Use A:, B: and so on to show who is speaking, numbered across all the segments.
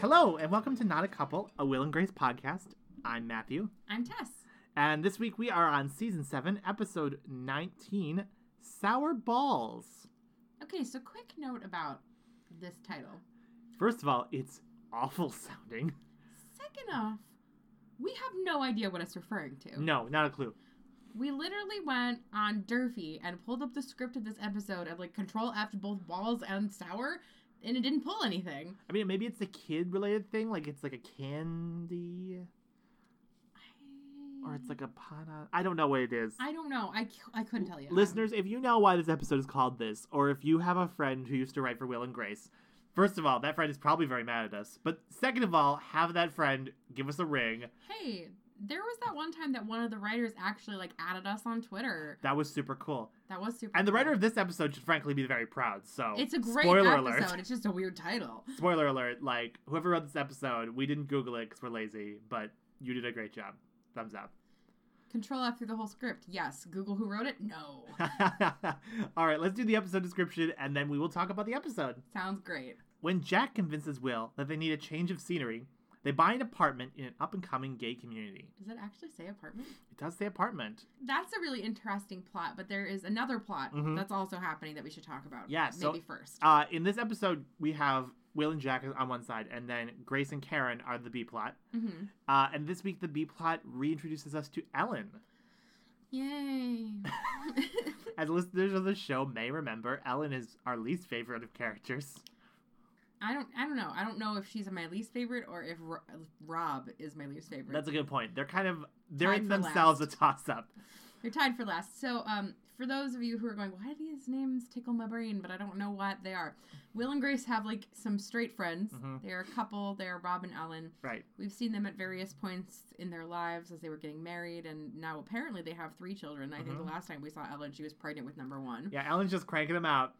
A: Hello, and welcome to Not a Couple, a Will and Grace podcast. I'm Matthew,
B: I'm Tess.
A: and this week we are on season 7, episode 19 Sour Balls.
B: Okay, so quick note about this title.
A: First of all, it's awful sounding.
B: Second off, we have no idea what it's referring to.
A: No, not a clue.
B: We literally went on Durfee and pulled up the script of this episode and like control F to both balls and sour, and it didn't pull anything.
A: I mean, maybe it's a kid related thing, like it's like a candy or it's like a pana. I don't know what it is.
B: I don't know. I, c- I couldn't tell you. Um,
A: Listeners, if you know why this episode is called this, or if you have a friend who used to write for Will and Grace, first of all, that friend is probably very mad at us. But second of all, have that friend give us a ring.
B: Hey, there was that one time that one of the writers actually like added us on Twitter.
A: That was super cool.
B: That was super.
A: And the
B: cool.
A: writer of this episode should frankly be very proud. So
B: It's a great
A: spoiler
B: episode.
A: alert.
B: It's just a weird title.
A: Spoiler alert! Like whoever wrote this episode, we didn't Google it because we're lazy, but you did a great job. Thumbs up.
B: Control F through the whole script. Yes. Google who wrote it? No.
A: all right, let's do the episode description, and then we will talk about the episode.
B: Sounds great.
A: When Jack convinces Will that they need a change of scenery, they buy an apartment in an up and coming gay community.
B: Does it actually say apartment?
A: It does say apartment.
B: That's a really interesting plot, but there is another plot
A: Mhm.
B: that's also happening that we should talk about.
A: Yeah,
B: maybe
A: so-
B: first.
A: Uh, in this episode, we have Will and Jack on one side, and then Grace and Karen are the B plot.
B: hmm
A: Uh, and this week, the B plot reintroduces us to Ellen.
B: Yay!
A: As listeners of the show may remember, Ellen is our least favorite of characters.
B: I don't. I don't know. I don't know if she's my least favorite or if Ro- Rob is my least favorite.
A: That's a good point. They're kind of they're
B: Tied
A: in
B: for
A: themselves a toss up.
B: You're tied for last. So, um, for those of you who are going, why do these names tickle my brain? But I don't know what they are. Will and Grace have like some straight friends.
A: Mhm.
B: They are a couple. They are Rob and Ellen.
A: Right.
B: We've seen them at various points in their lives as they were getting married, and now apparently they have three children. I think the
A: Mhm.
B: last time we saw Ellen, she was pregnant with number one.
A: Yeah, Ellen's just cranking them out.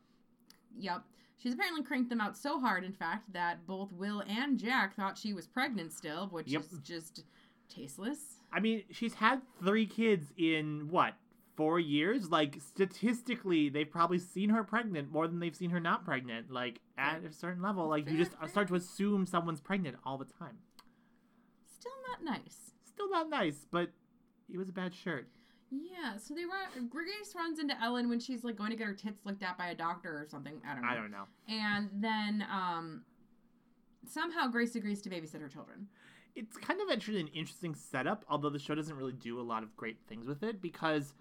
B: Yep. She's apparently cranked them out so hard, in fact, that both Will and Jack thought she was pregnant still, which
A: Yep.
B: is just tasteless.
A: I mean, she's had three kids in what? Four years? Like, statistically, they've probably seen her pregnant more than they've seen her not pregnant. Like, at
B: Fair.
A: a certain level, like, you
B: Fair,
A: just start to assume someone's pregnant all the time.
B: Still not nice.
A: Still not nice, but it was a bad shirt.
B: Yeah, so they run. Grace runs into Ellen when she's like going to get her tits looked at by a doctor or something. I don't know.
A: I don't know.
B: And then um, somehow Grace agrees to babysit her children.
A: It's kind of actually an interesting setup, although the show doesn't really do a lot of great things with it because.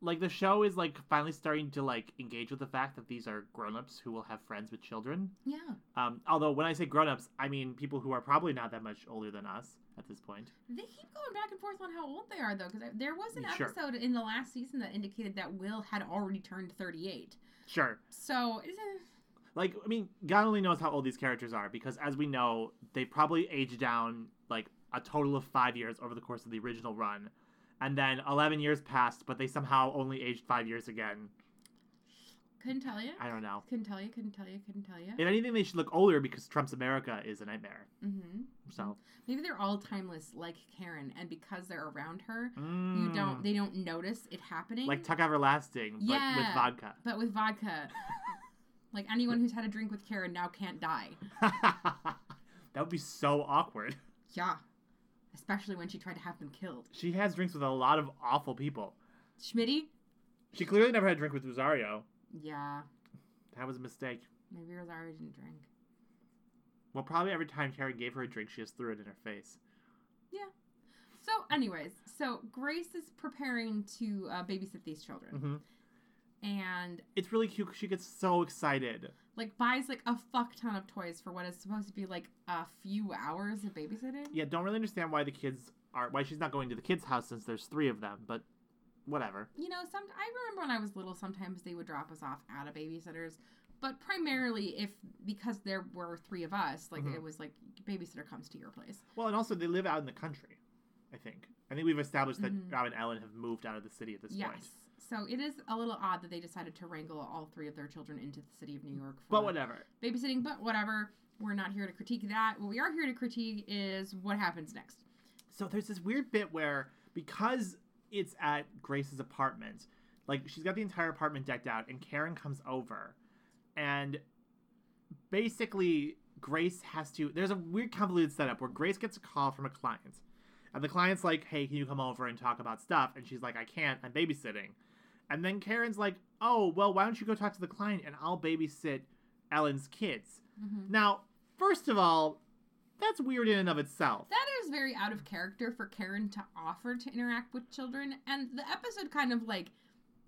A: Like the show is like finally starting to like engage with the fact that these are grown-ups who will have friends with children.
B: Yeah.
A: Um, although when I say grown-ups, I mean people who are probably not that much older than us at this point.
B: They keep going back and forth on how old they are, though, because there was an
A: Sure.
B: episode in the last season that indicated that Will had already turned 38.
A: Sure.
B: So, is it-
A: Like, I mean, God only knows how old these characters are because, as we know, they probably aged down like a total of five years over the course of the original run. And then 11 years passed, but they somehow only aged five years again.
B: couldn't tell you.
A: I don't know.
B: Couldn't tell you, couldn't tell you, couldn't tell you.
A: If anything, they should look older because Trump's America is a nightmare.
B: hmm
A: So,
B: Maybe they're all timeless, like Karen, and because they're around her, you
A: mm,
B: don't they don't notice it happening.
A: like Tuck Everlasting, but with
B: Yeah.
A: vodka.
B: but with vodka, like anyone who's had a drink with Karen now can't die.
A: that would be so awkward.
B: Yeah, especially when she tried to have them killed.
A: She has drinks with a lot of awful people.
B: Schmitty.
A: She clearly never had a drink with Rosario.
B: Yeah,
A: That was a mistake.
B: maybe Rosario didn't drink.
A: Well, probably every time Karen gave her a drink, she just threw it in her face.
B: So, anyways, so Grace is preparing to uh, babysit these children,
A: hmm
B: and
A: It's really cute 'cause she gets so excited.
B: like buys like a fuck ton of toys for what is supposed to be like a few hours of babysitting.
A: Yeah, don't really understand why the kids are why she's not going to the kids' house since there's three of them, but whatever.
B: You know, some I remember when I was little, sometimes they would drop us off at a babysitter's, but primarily if because there were three of us, like
A: Mhm.
B: it was like babysitter comes to your place.
A: Well, and also they live out in the country, I think. I think we've established that
B: Mhm.
A: Rob and Ellen have moved out of the city at this
B: yes.
A: point.
B: So it is a little odd that they decided to wrangle all three of their children into the city of New York for
A: Mm. But whatever.
B: babysitting, but whatever. We're not here to critique that. What we are here to critique is what happens next.
A: So there's this weird bit where because it's at Grace's apartment, like she's got the entire apartment decked out, and Karen comes over, and basically Grace has to. There's a weird convoluted setup where Grace gets a call from a client, and the client's like, "Hey, can you come over and talk about stuff?" And she's like, "I can't. I'm babysitting." And then Karen's like, "Oh, well, why don't you go talk to the client and I'll babysit Ellen's kids?"
B: Mhm.
A: Now, first of all, that's weird in and of itself.
B: That is very out of character for Karen to offer to interact with children, and the episode kind of like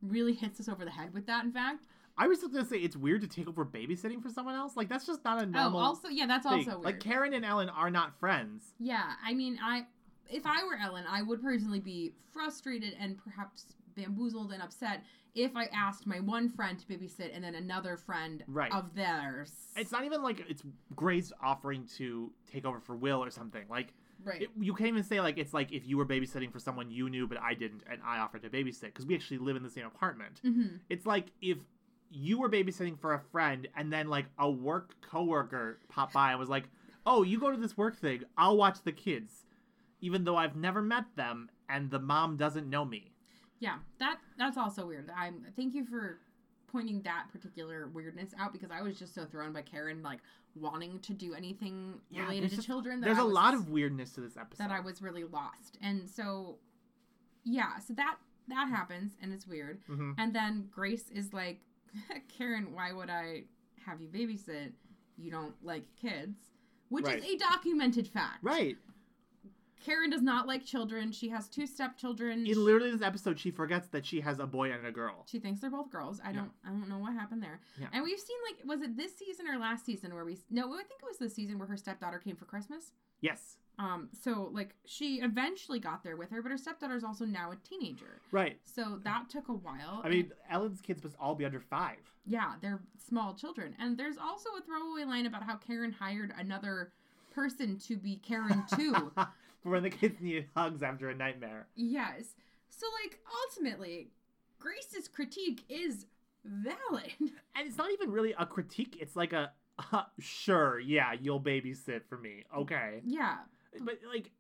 B: really hits us over the head with that. In fact,
A: I was just gonna say it's weird to take over babysitting for someone else. Like that's just not a normal
B: oh, also yeah, that's
A: thing.
B: also weird.
A: Like Karen and Ellen are not friends.
B: yeah, I mean, I if I were Ellen, I would personally be frustrated and perhaps bamboozled and upset if I asked my one friend to babysit and then another friend
A: Right.
B: of theirs.
A: It's not even like it's Grace offering to take over for Will or something. Like
B: right.
A: it- you can't even say like it's like if you were babysitting for someone you knew but I didn't and I offered to babysit because we actually live in the same apartment.
B: mm-hmm.
A: It's like if you were babysitting for a friend and then like a work coworker popped by and was like, "Oh, you go to this work thing. I'll watch the kids." Even though I've never met them and the mom doesn't know me.
B: Yeah, that that's also weird. I'm thank you for pointing that particular weirdness out because I was just so thrown by Karen like wanting to do anything
A: Yeah,
B: related
A: there's
B: to
A: just-
B: children. That
A: There's
B: a
A: a lot of weirdness to this episode.
B: that I was really lost, and so yeah, so that that happens and it's weird.
A: Mhm.
B: And then Grace is like, Karen, why would I have you babysit? You don't like kids, which
A: Right.
B: is a documented fact.
A: Right.
B: Karen does not like children. She has two stepchildren.
A: In literally this episode, she forgets that she has a boy and a girl.
B: She thinks they're both girls. I
A: Yeah.
B: don't I don't know what happened there.
A: Yeah.
B: And we've seen like was it this season or last season where we no I think it was this season where her stepdaughter came for Christmas.
A: Yes.
B: Um, so like she eventually got there with her, but her stepdaughter is also now a teenager.
A: Right.
B: So that took a while.
A: I mean, Ellen's kids must all be under five.
B: yeah, they're small children, and there's also a throwaway line about how Karen hired another person to be Karen too.
A: For when the kids needed hugs after a nightmare.
B: yes. So like ultimately, Grace's critique is valid.
A: And it's not even really a critique. It's like a, uh, sure, yeah, you'll babysit for me. Okay.
B: yeah.
A: But, like,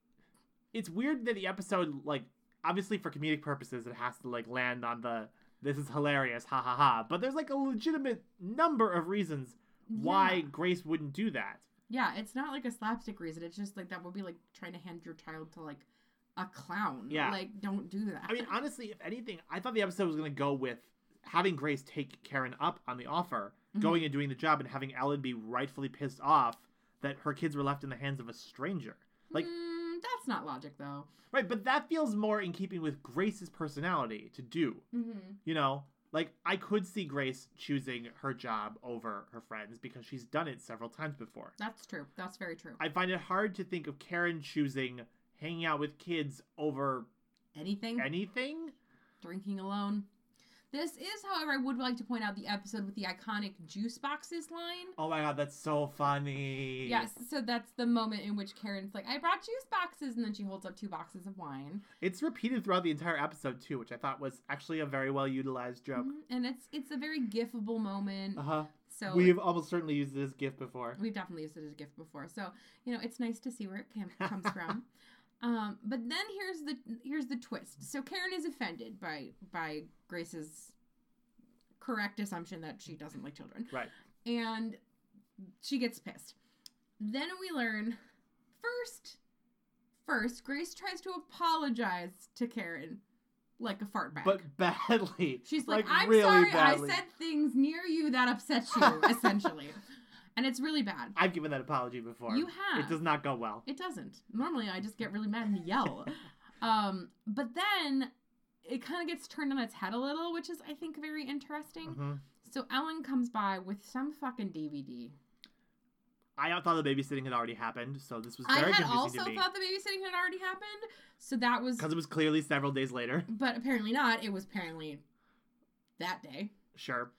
A: it's weird that the episode, like, obviously for comedic purposes, it has to, like, land on the this is hilarious, ha ha ha. But there's, like, a legitimate number of reasons why
B: Yeah.
A: Grace wouldn't do that.
B: Yeah, it's not like a slapstick reason. It's just like that would be like trying to hand your child to like a clown.
A: Yeah.
B: Like, don't do that.
A: I mean, honestly, if anything, I thought the episode was going to go with having Grace take Karen up on the offer,
B: Mhm.
A: going and doing the job, and having Ellen be rightfully pissed off that her kids were left in the hands of a stranger. like-
B: Mm, that's not logic though.
A: Right, but that feels more in keeping with Grace's personality to do,
B: Mm-hmm.
A: you know? Like, I could see Grace choosing her job over her friends because she's done it several times before.
B: That's true. That's very true.
A: I find it hard to think of Karen choosing hanging out with kids over
B: Anything?
A: anything.
B: drinking alone. This is, however, I would like to point out the episode with the iconic juice boxes line.
A: Oh my god, that's so funny.
B: Yes, so that's the moment in which Karen's like, I brought juice boxes, and then she holds up two boxes of wine.
A: It's repeated throughout the entire episode too, which I thought was actually a very well utilized joke.
B: Mhm. And it's it's a very gifable moment.
A: Uh huh.
B: So Mm-hmm.
A: We've almost certainly used this gift before.
B: We've definitely used it as a gift before, so you know it's nice to see where it cam- comes from. Um, but then here's the here's the twist. So Karen is offended by by Grace's correct assumption that she doesn't like children,
A: Right.
B: and she gets pissed. Then we learn first, first Grace tries to apologize to Karen like a fart bag.
A: But badly.
B: She's like,
A: Like,
B: I'm
A: really
B: sorry,
A: badly."
B: I said things near you that upset you, essentially, and it's really bad.
A: I've given that apology before.
B: You have.
A: It does not go well.
B: It doesn't. Normally, I just get really mad and yell. um, but then it kind of gets turned on its head a little, which is, I think, very interesting.
A: hmm
B: So Ellen comes by with some fucking DVD.
A: I thought the babysitting had already happened, so this was
B: I
A: very
B: had
A: confusing
B: also
A: to me
B: thought the babysitting had already happened, so that was.
A: because it was clearly several days later.
B: But apparently not. It was apparently that day.
A: Sure.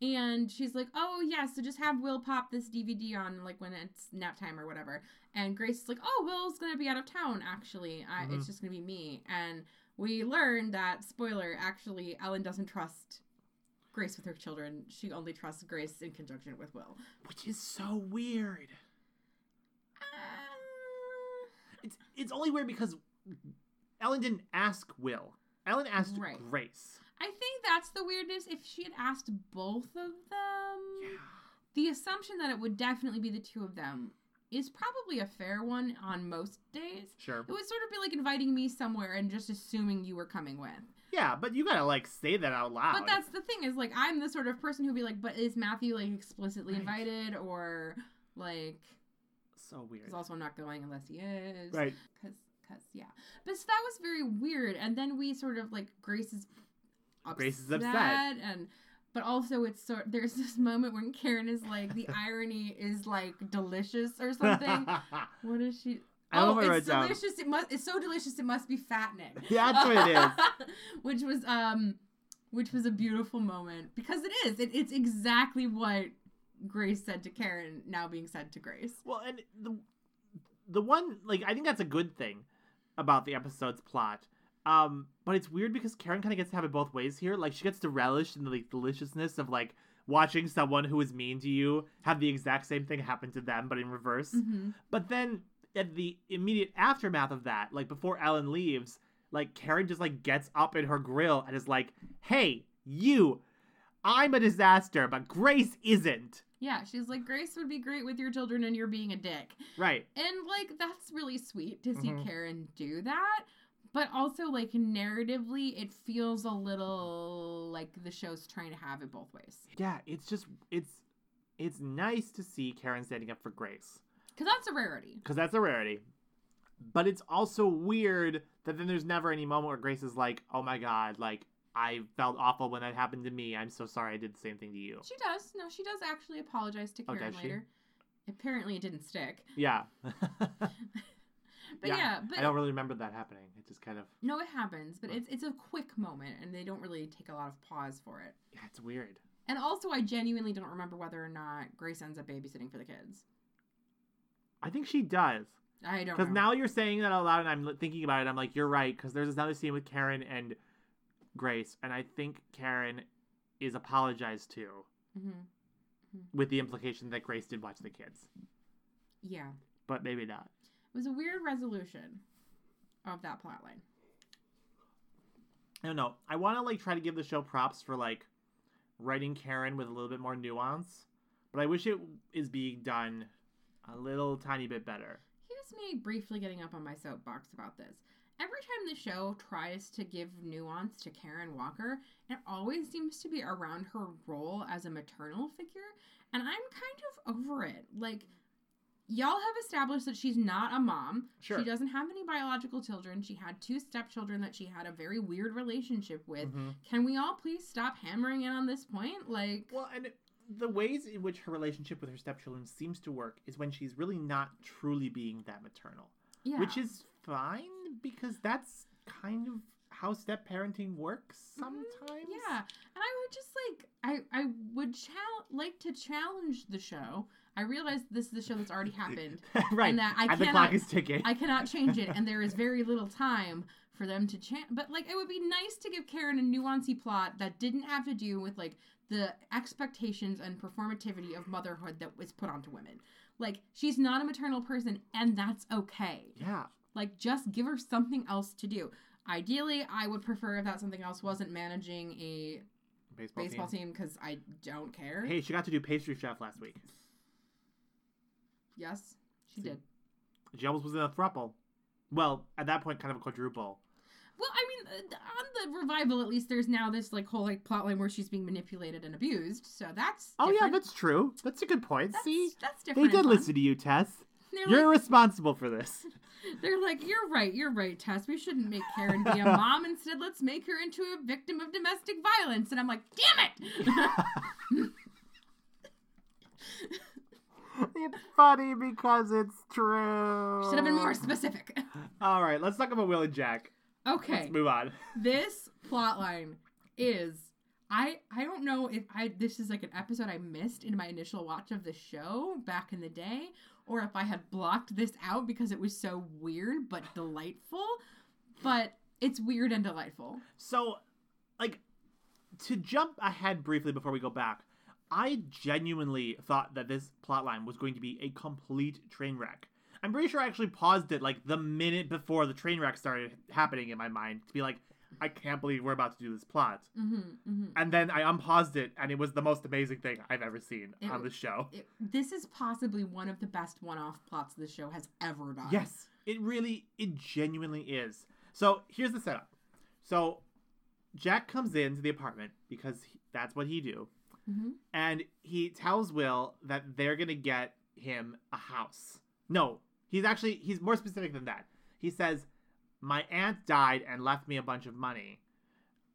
B: And she's like, "Oh yeah, so just have Will pop this DVD on like when it's nap time or whatever." And Grace is like, "Oh, Will's gonna be out of town. Actually, I,
A: Mhm.
B: it's just gonna be me." And we learn that spoiler: actually, Ellen doesn't trust Grace with her children. She only trusts Grace in conjunction with Will.
A: Which is so weird.
B: Uh,
A: It's it's only weird because Ellen didn't ask Will. Ellen asked
B: Right.
A: Grace.
B: I think that's the weirdness. If she had asked both of them,
A: Yeah.
B: The assumption that it would definitely be the two of them is probably a fair one on most days.
A: Sure.
B: It would sort of be like inviting me somewhere and just assuming you were coming with.
A: Yeah, but you gotta like say that out loud.
B: But that's the thing is like I'm the sort of person who'd be like, but is Matthew like explicitly
A: Right.
B: invited or like?
A: so weird.
B: Because also I'm not going unless he is.
A: Right.
B: Cause, cause yeah. But so that was very weird. And then we sort of like Grace is upset.
A: Grace is upset.
B: and but also it's sort there's this moment when Karen is like the irony is like delicious or something. what is she?
A: I love
B: oh,
A: what I wrote
B: it's
A: down.
B: delicious. It must. It's so delicious. It must be fattening.
A: Yeah, that's what it is.
B: which was um, which was a beautiful moment because it is. It, it's exactly what Grace said to Karen, now being said to Grace.
A: Well, and the the one like I think that's a good thing about the episode's plot. Um, but it's weird because Karen kind of gets to have it both ways here. Like she gets to relish in the like, deliciousness of like watching someone who is mean to you have the exact same thing happen to them, but in reverse.
B: Mhm.
A: But then at the immediate aftermath of that, like before Ellen leaves, like Karen just like gets up in her grill and is like, "Hey, you, I'm a disaster, but Grace isn't."
B: Yeah, she's like Grace would be great with your children, and you're being a dick.
A: Right.
B: And like that's really sweet to see
A: Mhm.
B: Karen do that. But also like narratively it feels a little like the show's trying to have it both ways.
A: Yeah, it's just it's it's nice to see Karen standing up for Grace
B: Cuz that's a rarity.
A: because that's a rarity. But it's also weird that then there's never any moment where Grace is like, "Oh my god, like I felt awful when that happened to me. I'm so sorry I did the same thing to you."
B: She does. No, she does actually apologize to
A: Oh,
B: Karen
A: does she?
B: later. Apparently it didn't stick.
A: Yeah.
B: But yeah, but
A: I don't really remember that happening. It just kind of
B: no it happens, but it's it's a quick moment and they don't really take a lot of pause for it.
A: yeah, it's weird.
B: And also I genuinely don't remember whether or not Grace ends up babysitting for the kids.
A: I think she does
B: I don't know.
A: because now you're saying that out loud, and I'm li- thinking about it. I'm like, you're right because there's another scene with Karen and Grace, and I think Karen is apologized to.
B: Mhm.
A: with the implication that Grace did watch the kids,
B: Yeah.
A: but maybe not.
B: It was a weird resolution of that plot line.
A: I don't know. I want to like try to give the show props for like writing Karen with a little bit more nuance, but I wish it is being done a little tiny bit better.
B: Here's me briefly getting up on my soapbox about this. Every time the show tries to give nuance to Karen Walker, it always seems to be around her role as a maternal figure, and I'm kind of over it. Like, y'all have established that she's not a mom.
A: Sure.
B: She doesn't have any biological children. She had two stepchildren that she had a very weird relationship with.
A: Mhm.
B: Can we all please stop hammering in on this point? Like,
A: Well, and the ways in which her relationship with her stepchildren seems to work is when she's really not truly being that maternal,
B: yeah.
A: which is fine because that's kind of how step parenting works sometimes.
B: Mm-hmm. Yeah, and I would just like I I would chal- like to challenge the show. I realize this is the show that's already happened,
A: right.
B: and that I
A: and the
B: cannot
A: clock is ticking.
B: I cannot change it, and there is very little time for them to change. But like, it would be nice to give Karen a nuancy plot that didn't have to do with like the expectations and performativity of motherhood that was put onto women. Like, she's not a maternal person, and that's okay.
A: yeah.
B: Like, just give her something else to do. Ideally, I would prefer if that something else wasn't managing a
A: Baseball,
B: baseball
A: team.
B: team because I don't care.
A: Hey, she got to do pastry chef last week.
B: Yes, she
A: See.
B: did.
A: She almost was in a thruple. Well, at that point, kind of a quadruple.
B: Well, I mean, uh, on the revival, at least there's now this like whole like plotline where she's being manipulated and abused. So that's
A: Oh yeah,
B: different.
A: that's true. That's a good point.
B: that's,
A: See,
B: that's
A: they
B: different.
A: did
B: and fun.
A: listen to you, Tess.
B: They're
A: You're
B: like,
A: responsible for this.
B: they're like, you're right, you're right, Tess. We shouldn't make Karen be a mom. Instead, let's make her into a victim of domestic violence. And I'm like, damn it.
A: it's funny because it's true.
B: Should have been more specific.
A: All right, let's talk about Will and Jack.
B: Okay,
A: Move on.
B: this plotline is I I don't know if I this is like an episode I missed in my initial watch of the show back in the day or if I had blocked this out because it was so weird but delightful but it's weird and delightful.
A: So, like, to jump ahead briefly before we go back, I genuinely thought that this plotline was going to be a complete train wreck. I'm pretty sure I actually paused it like the minute before the train wreck started happening in my mind to be like, I can't believe we're about to do this plot.
B: Mm-hmm, mm-hmm.
A: And then I unpaused it, and it was the most amazing thing I've ever seen
B: It
A: on
B: w-
A: the show.
B: It, this is possibly one of the best one-off plots the show has ever done.
A: Yes, it really, it genuinely is. So here's the setup. So Jack comes into the apartment because he, that's what he do,
B: hmm
A: and he tells Will that they're gonna get him a house. No, he's actually he's more specific than that. He says, "My aunt died and left me a bunch of money,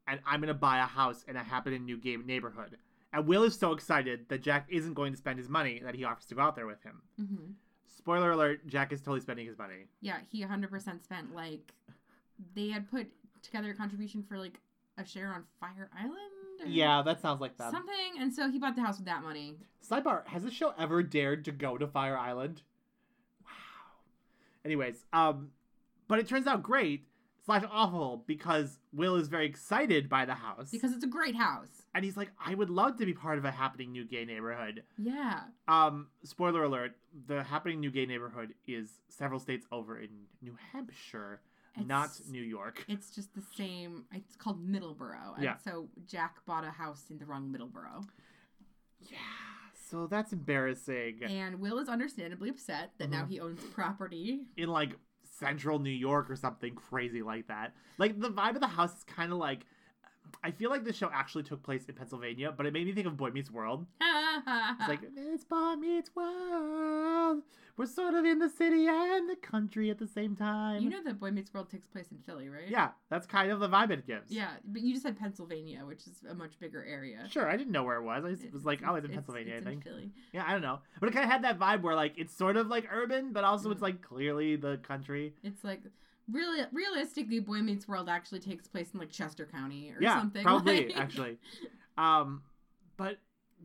A: and I'm gonna buy a house in a happening new game neighborhood." And Will is so excited that Jack isn't going to spend his money that he offers to go out there with him.
B: hmm
A: Spoiler alert: Jack is totally spending his money.
B: Yeah, he 100% spent like they had put together a contribution for like a share on Fire Island. or
A: Yeah, that sounds like them.
B: Something, and so he bought the house with that money.
A: Sidebar: Has this show ever dared to go to Fire Island? Wow. Anyways, um, but it turns out great slash awful because Will is very excited by the house
B: Because it's a great house.
A: and he's like, I would love to be part of a happening new gay neighborhood.
B: Yeah.
A: Um, spoiler alert: the happening new gay neighborhood is several states over in New Hampshire, not
B: It's-
A: New York.
B: It's just the same. It's called Middleborough. And
A: Yeah.
B: so Jack bought a house in the wrong Middleborough.
A: Yeah. So that's embarrassing.
B: And Will is understandably upset that now
A: Mhm.
B: he owns property.
A: in like central New York or something crazy like that. Like the vibe of the house is kind of like I feel like this show actually took place in Pennsylvania, but it made me think of Boy Meets World.
B: Ah.
A: It's like it's Boy Meets World. We're sort of in the city and the country at the same time.
B: you know that Boy Meets World takes place in Philly, right?
A: yeah, that's kind of the vibe it gives.
B: Yeah, but you just said Pennsylvania, which is a much bigger area.
A: Sure, I didn't know where it was. I just
B: It-
A: was like, oh, it's in
B: it's-
A: Pennsylvania,
B: it's
A: I
B: in
A: think.
B: Philly.
A: Yeah, I don't know. But it kind of had that vibe where, like, it's sort of like urban, but also
B: Mhm.
A: it's like clearly the country.
B: It's like really realistically, Boy Meets World actually takes place in like Chester County or
A: yeah,
B: something.
A: Probably,
B: like-
A: actually. Um, but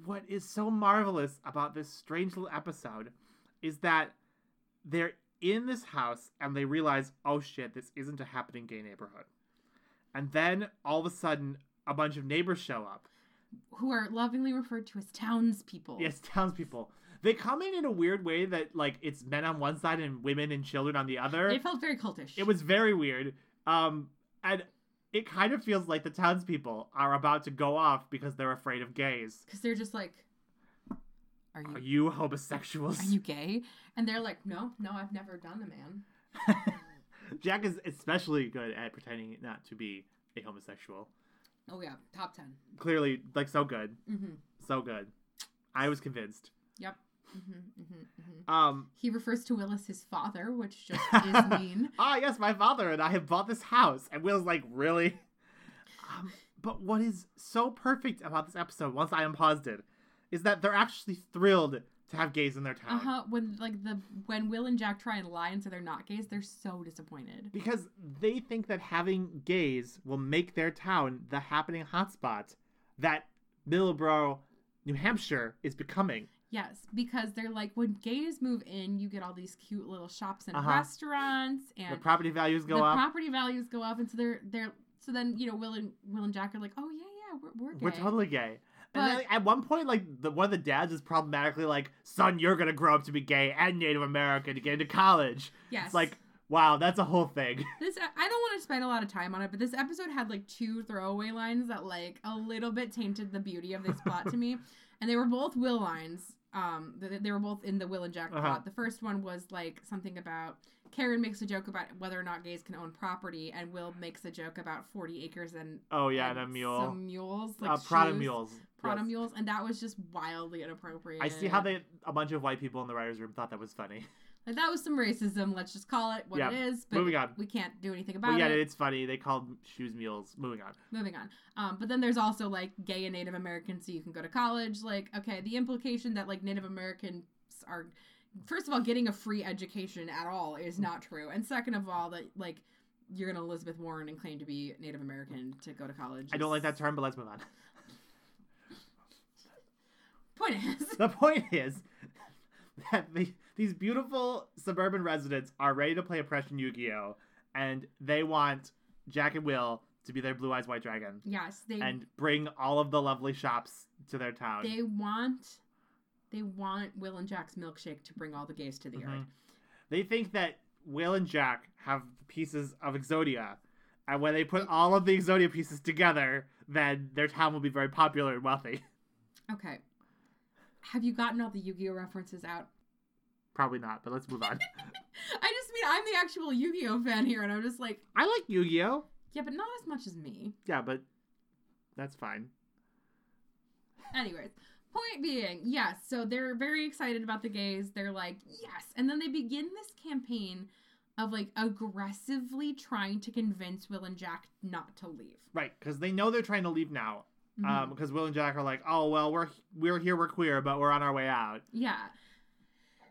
A: what is so marvelous about this strange little episode is that they're in this house and they realize, oh shit, this isn't a happening gay neighborhood. And then all of a sudden, a bunch of neighbors show up.
B: who are lovingly referred to as townspeople.
A: Yes, townspeople. They come in in a weird way that, like, it's men on one side and women and children on the other.
B: it felt very cultish.
A: It was very weird. Um, and it kind of feels like the townspeople are about to go off because they're afraid of gays.
B: because they're just like, "Are
A: Are
B: you
A: you homosexuals?
B: are you gay?" And they're like, "No, no, I've never done a man."
A: Jack is especially good at pretending not to be a homosexual.
B: Oh yeah, top 10
A: Clearly, like, so good.
B: Mm-hmm.
A: So good. I was convinced.
B: Yep. Mm-hmm, mm-hmm, mm-hmm.
A: Um,
B: He refers to Will as his father, which just is mean.
A: ah, yes, my father and I have bought this house. And Will's like, really? Um, but what is so perfect about this episode, once I unpaused it, is that they're actually thrilled to have gays in their town.
B: Uh huh. When like the when Will and Jack try and lie and say they're not gays, they're so disappointed.
A: because they think that having gays will make their town the happening hotspot that Middleborough, New Hampshire is becoming.
B: Yes, because they're like when gays move in, you get all these cute little shops and
A: Uh-huh.
B: restaurants,
A: The
B: and
A: property values go
B: the
A: up.
B: property values go up, and so they're they're so then you know Will and Will and Jack are like, oh yeah yeah we're we're, gay.
A: We're totally gay. and then,
B: But-
A: like, at one point, like the, one of the dads is problematically like, "Son, you're gonna grow up to be gay and Native American to get into college."
B: yes
A: It's like, wow, that's a whole thing.
B: this. I don't want to spend a lot of time on it, but this episode had like two throwaway lines that like a little bit tainted the beauty of this plot to me, and they were both Will lines. Um, they, they were both in the Will and Jack
A: Uh-huh.
B: plot. The first one was like something about Karen makes a joke about whether or not gays can own property, and Will makes a joke about forty acres and
A: Oh yeah, and,
B: and
A: a mule,
B: some mules, like
A: uh, Prada
B: shoes,
A: mules.
B: Prada
A: Yes.
B: mules, and that was just wildly inappropriate.
A: I see how they a bunch of white people in the writers' room thought that was funny.
B: like that was some racism. Let's just call it what
A: Yeah.
B: it is. But
A: Moving on.
B: we can't do anything about
A: but yeah,
B: it.
A: it's funny. They called shoes mules. Moving on.
B: Moving on. Um, but then there's also like gay and Native American, so you can go to college. Like, okay, the implication that like Native Americans are, first of all, getting a free education at all is not true, and second of all, that like you're gonna Elizabeth Warren and claim to be Native American to go to college.
A: I don't
B: is-
A: like that term, but let's move on.
B: Point is,
A: the point is that the, these beautiful suburban residents are ready to play oppression Yu-Gi-Oh, and they want Jack and Will to be their blue-eyes white dragon
B: yes, they
A: and bring all of the lovely shops to their town.
B: they want they want Will and Jack's milkshake to bring all the gays to the
A: Mhm.
B: yard.
A: They think that Will and Jack have pieces of Exodia, And when they put all of the Exodia pieces together, then their town will be very popular and wealthy.
B: Okay. Have you gotten all the Yu Gi Oh references out?
A: Probably not, but let's move on.
B: I just mean I'm the actual Yu Gi Oh fan here, and I'm just like,
A: I like Yu Gi Oh!
B: yeah, but not as much as me.
A: Yeah, but that's fine.
B: Anyways, point being, yes, so they're very excited about the gays. They're like, yes. And then they begin this campaign of like aggressively trying to convince Will and Jack not to leave.
A: Right, because they know they're trying to leave now.
B: Mhm.
A: Um, because Will and Jack are like, oh well, we're we're here, we're queer, but we're on our way out.
B: yeah.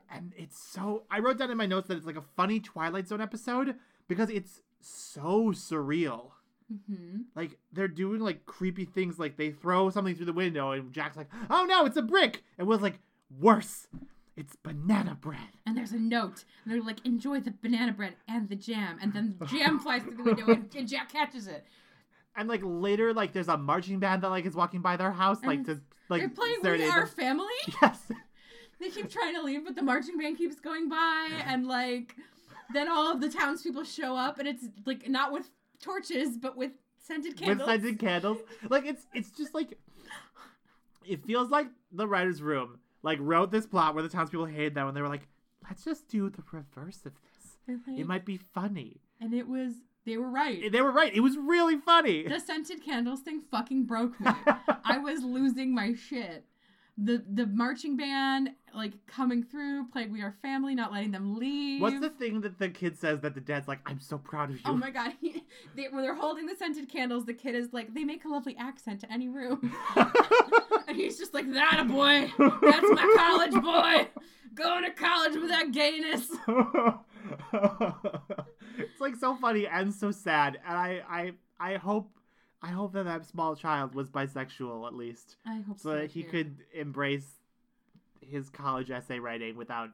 A: And it's so I wrote down in my notes that it's like a funny Twilight Zone episode because it's so surreal.
B: hmm
A: Like they're doing like creepy things, like they throw something through the window, and Jack's like, oh no, it's a brick, and Will's like, worse, it's banana bread.
B: And there's a note, and they're like, enjoy the banana bread and the jam. And then the jam flies through the window, and, and Jack catches it.
A: And like later, like there's a marching band that like is walking by their house, like
B: And
A: to like
B: they're playing
A: serenade
B: We Are
A: them.
B: Family.
A: Yes.
B: They keep trying to leave, but the marching band keeps going by, and like, then all of the townspeople show up, and it's like not with torches, but with scented candles.
A: with scented candles. Like it's it's just like it feels like the writer's room like wrote this plot where the townspeople hated them and they were like, let's just do the reverse of this.
B: They're like-
A: It might be funny.
B: and it was they were right.
A: And They were right. It was really funny.
B: the scented candles thing fucking broke me. I was losing my shit. The the marching band like coming through, playing "We Are Family," not letting them leave.
A: What's the thing that the kid says that the dad's like, I'm so proud of you.
B: Oh my god! He, they, when they're holding the scented candles, the kid is like, "They make a lovely accent to any room," and he's just like, "That a boy, that's my college boy, going to college with that gayness."
A: it's like so funny and so sad. And I I I hope I hope that that small child was bisexual at least.
B: I hope so.
A: so that he
B: too.
A: could embrace his college essay writing without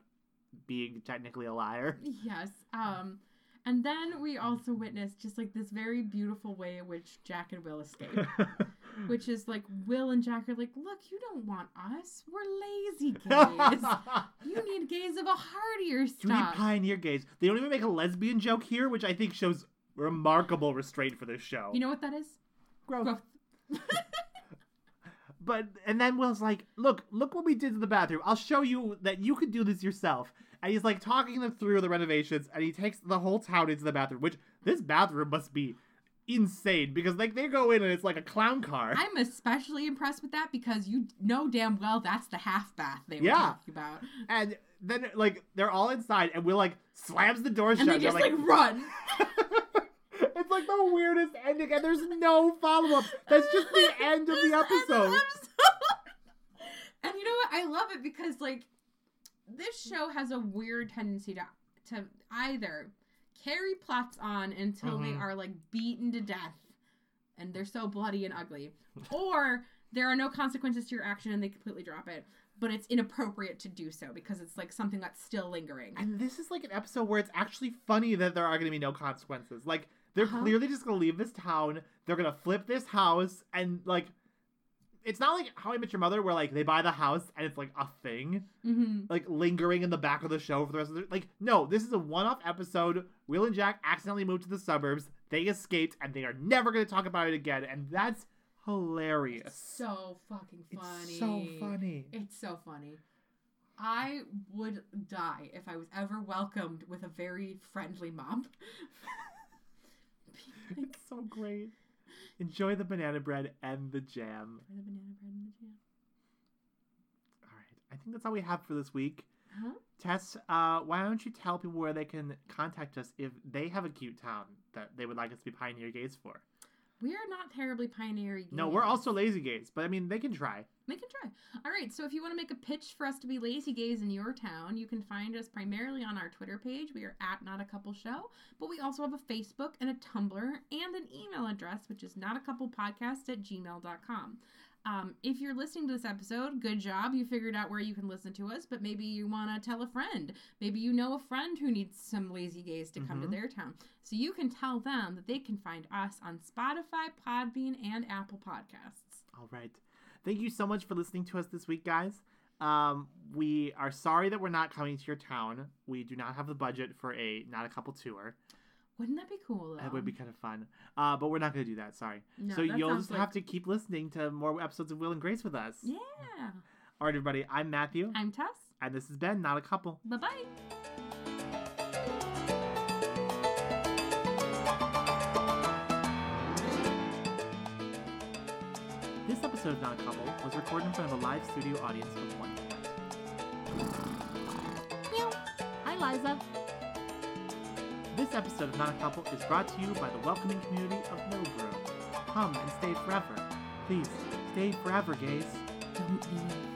A: being technically a liar.
B: Yes. Um, and then we also witnessed just like this very beautiful way in which Jack and Will escape. which is like Will and Jack are like, look, you don't want us. We're lazy gays. you need gays of a heartier
A: Do we
B: stuff.
A: pioneer gays? They don't even make a lesbian joke here, which I think shows remarkable restraint for this show.
B: You know what that is?
A: Growth.
B: Growth.
A: But and then Will's like, "Look, look what we did to the bathroom. I'll show you that you could do this yourself." And he's like talking them through the renovations, and he takes the whole town into the bathroom, which this bathroom must be insane because like they go in and it's like a clown car.
B: I'm especially impressed with that because you know damn well that's the half bath they were
A: Yeah.
B: talking about.
A: And then like they're all inside, and Will like slams the door shut.
B: And they
A: They're
B: just like, run.
A: it's like the weirdest ending, and there's no follow up. That's just the end of the
B: That's the end of
A: episode.
B: the episode. and you know what? I love it because like this show has a weird tendency to to either carry plots on until they
A: Mhm.
B: are like beaten to death and they're so bloody and ugly, or there are no consequences to your action and they completely drop it. But it's inappropriate to do so because it's like something that's still lingering.
A: And this is like an episode where it's actually funny that there are going to be no consequences. Like they're
B: Uh-huh.
A: clearly just going to leave this town. They're going to flip this house, and like it's not like How I Met Your Mother, where like they buy the house and it's like a thing.
B: hmm
A: like lingering in the back of the show for the rest of the like no this is a one-off episode will and jack accidentally moved to the suburbs they escaped and they are never going to talk about it again and that's hilarious
B: So fucking
A: It's
B: funny.
A: so funny
B: It's so funny. I would die if I was ever welcomed with a very friendly mom. Like,
A: it's so great enjoy the banana bread and the jam
B: the banana bread and the jam.
A: all right i think that's all we have for this week
B: Huh?
A: tess uh, why don't you tell people where they can contact us if they have a cute town that they would like us to be pioneer gays for
B: We are not terribly pioneering.
A: no we're also lazy gays but i mean they can try
B: They can try. All right, so if you want to make a pitch for us to be lazy gays in your town, you can find us primarily on our Twitter page. We are at Not a Couple Show, but we also have a Facebook and a Tumblr and an email address, which is notacouplepodcast at gmail.com. Um, if you're listening to this episode, good job. You figured out where you can listen to us, but maybe you want to tell a friend. Maybe you know a friend who needs some lazy gays to come
A: Mhm.
B: to their town. So you can tell them that they can find us on Spotify, Podbean, and Apple Podcasts.
A: All right. Thank you so much for listening to us this week, guys. Um, we are sorry that we're not coming to your town. We do not have the budget for a not a couple tour.
B: Wouldn't that be cool? Though?
A: That would be kind of fun. Uh, but we're not going to do that. Sorry.
B: No,
A: so
B: that
A: you'll
B: sounds
A: just
B: like-
A: have to keep listening to more episodes of Will and Grace with us.
B: Yeah.
A: All right, everybody. I'm Matthew,
B: I'm Tess.
A: and this has been Not a Couple.
B: Bye bye.
A: This episode of Not a Couple was recorded in front of a live studio audience of one. Hi, Liza. This episode of Not a Couple is brought to you by the welcoming community of Millbrook. Come and stay forever. Please, stay forever, gays.
B: Don't leave.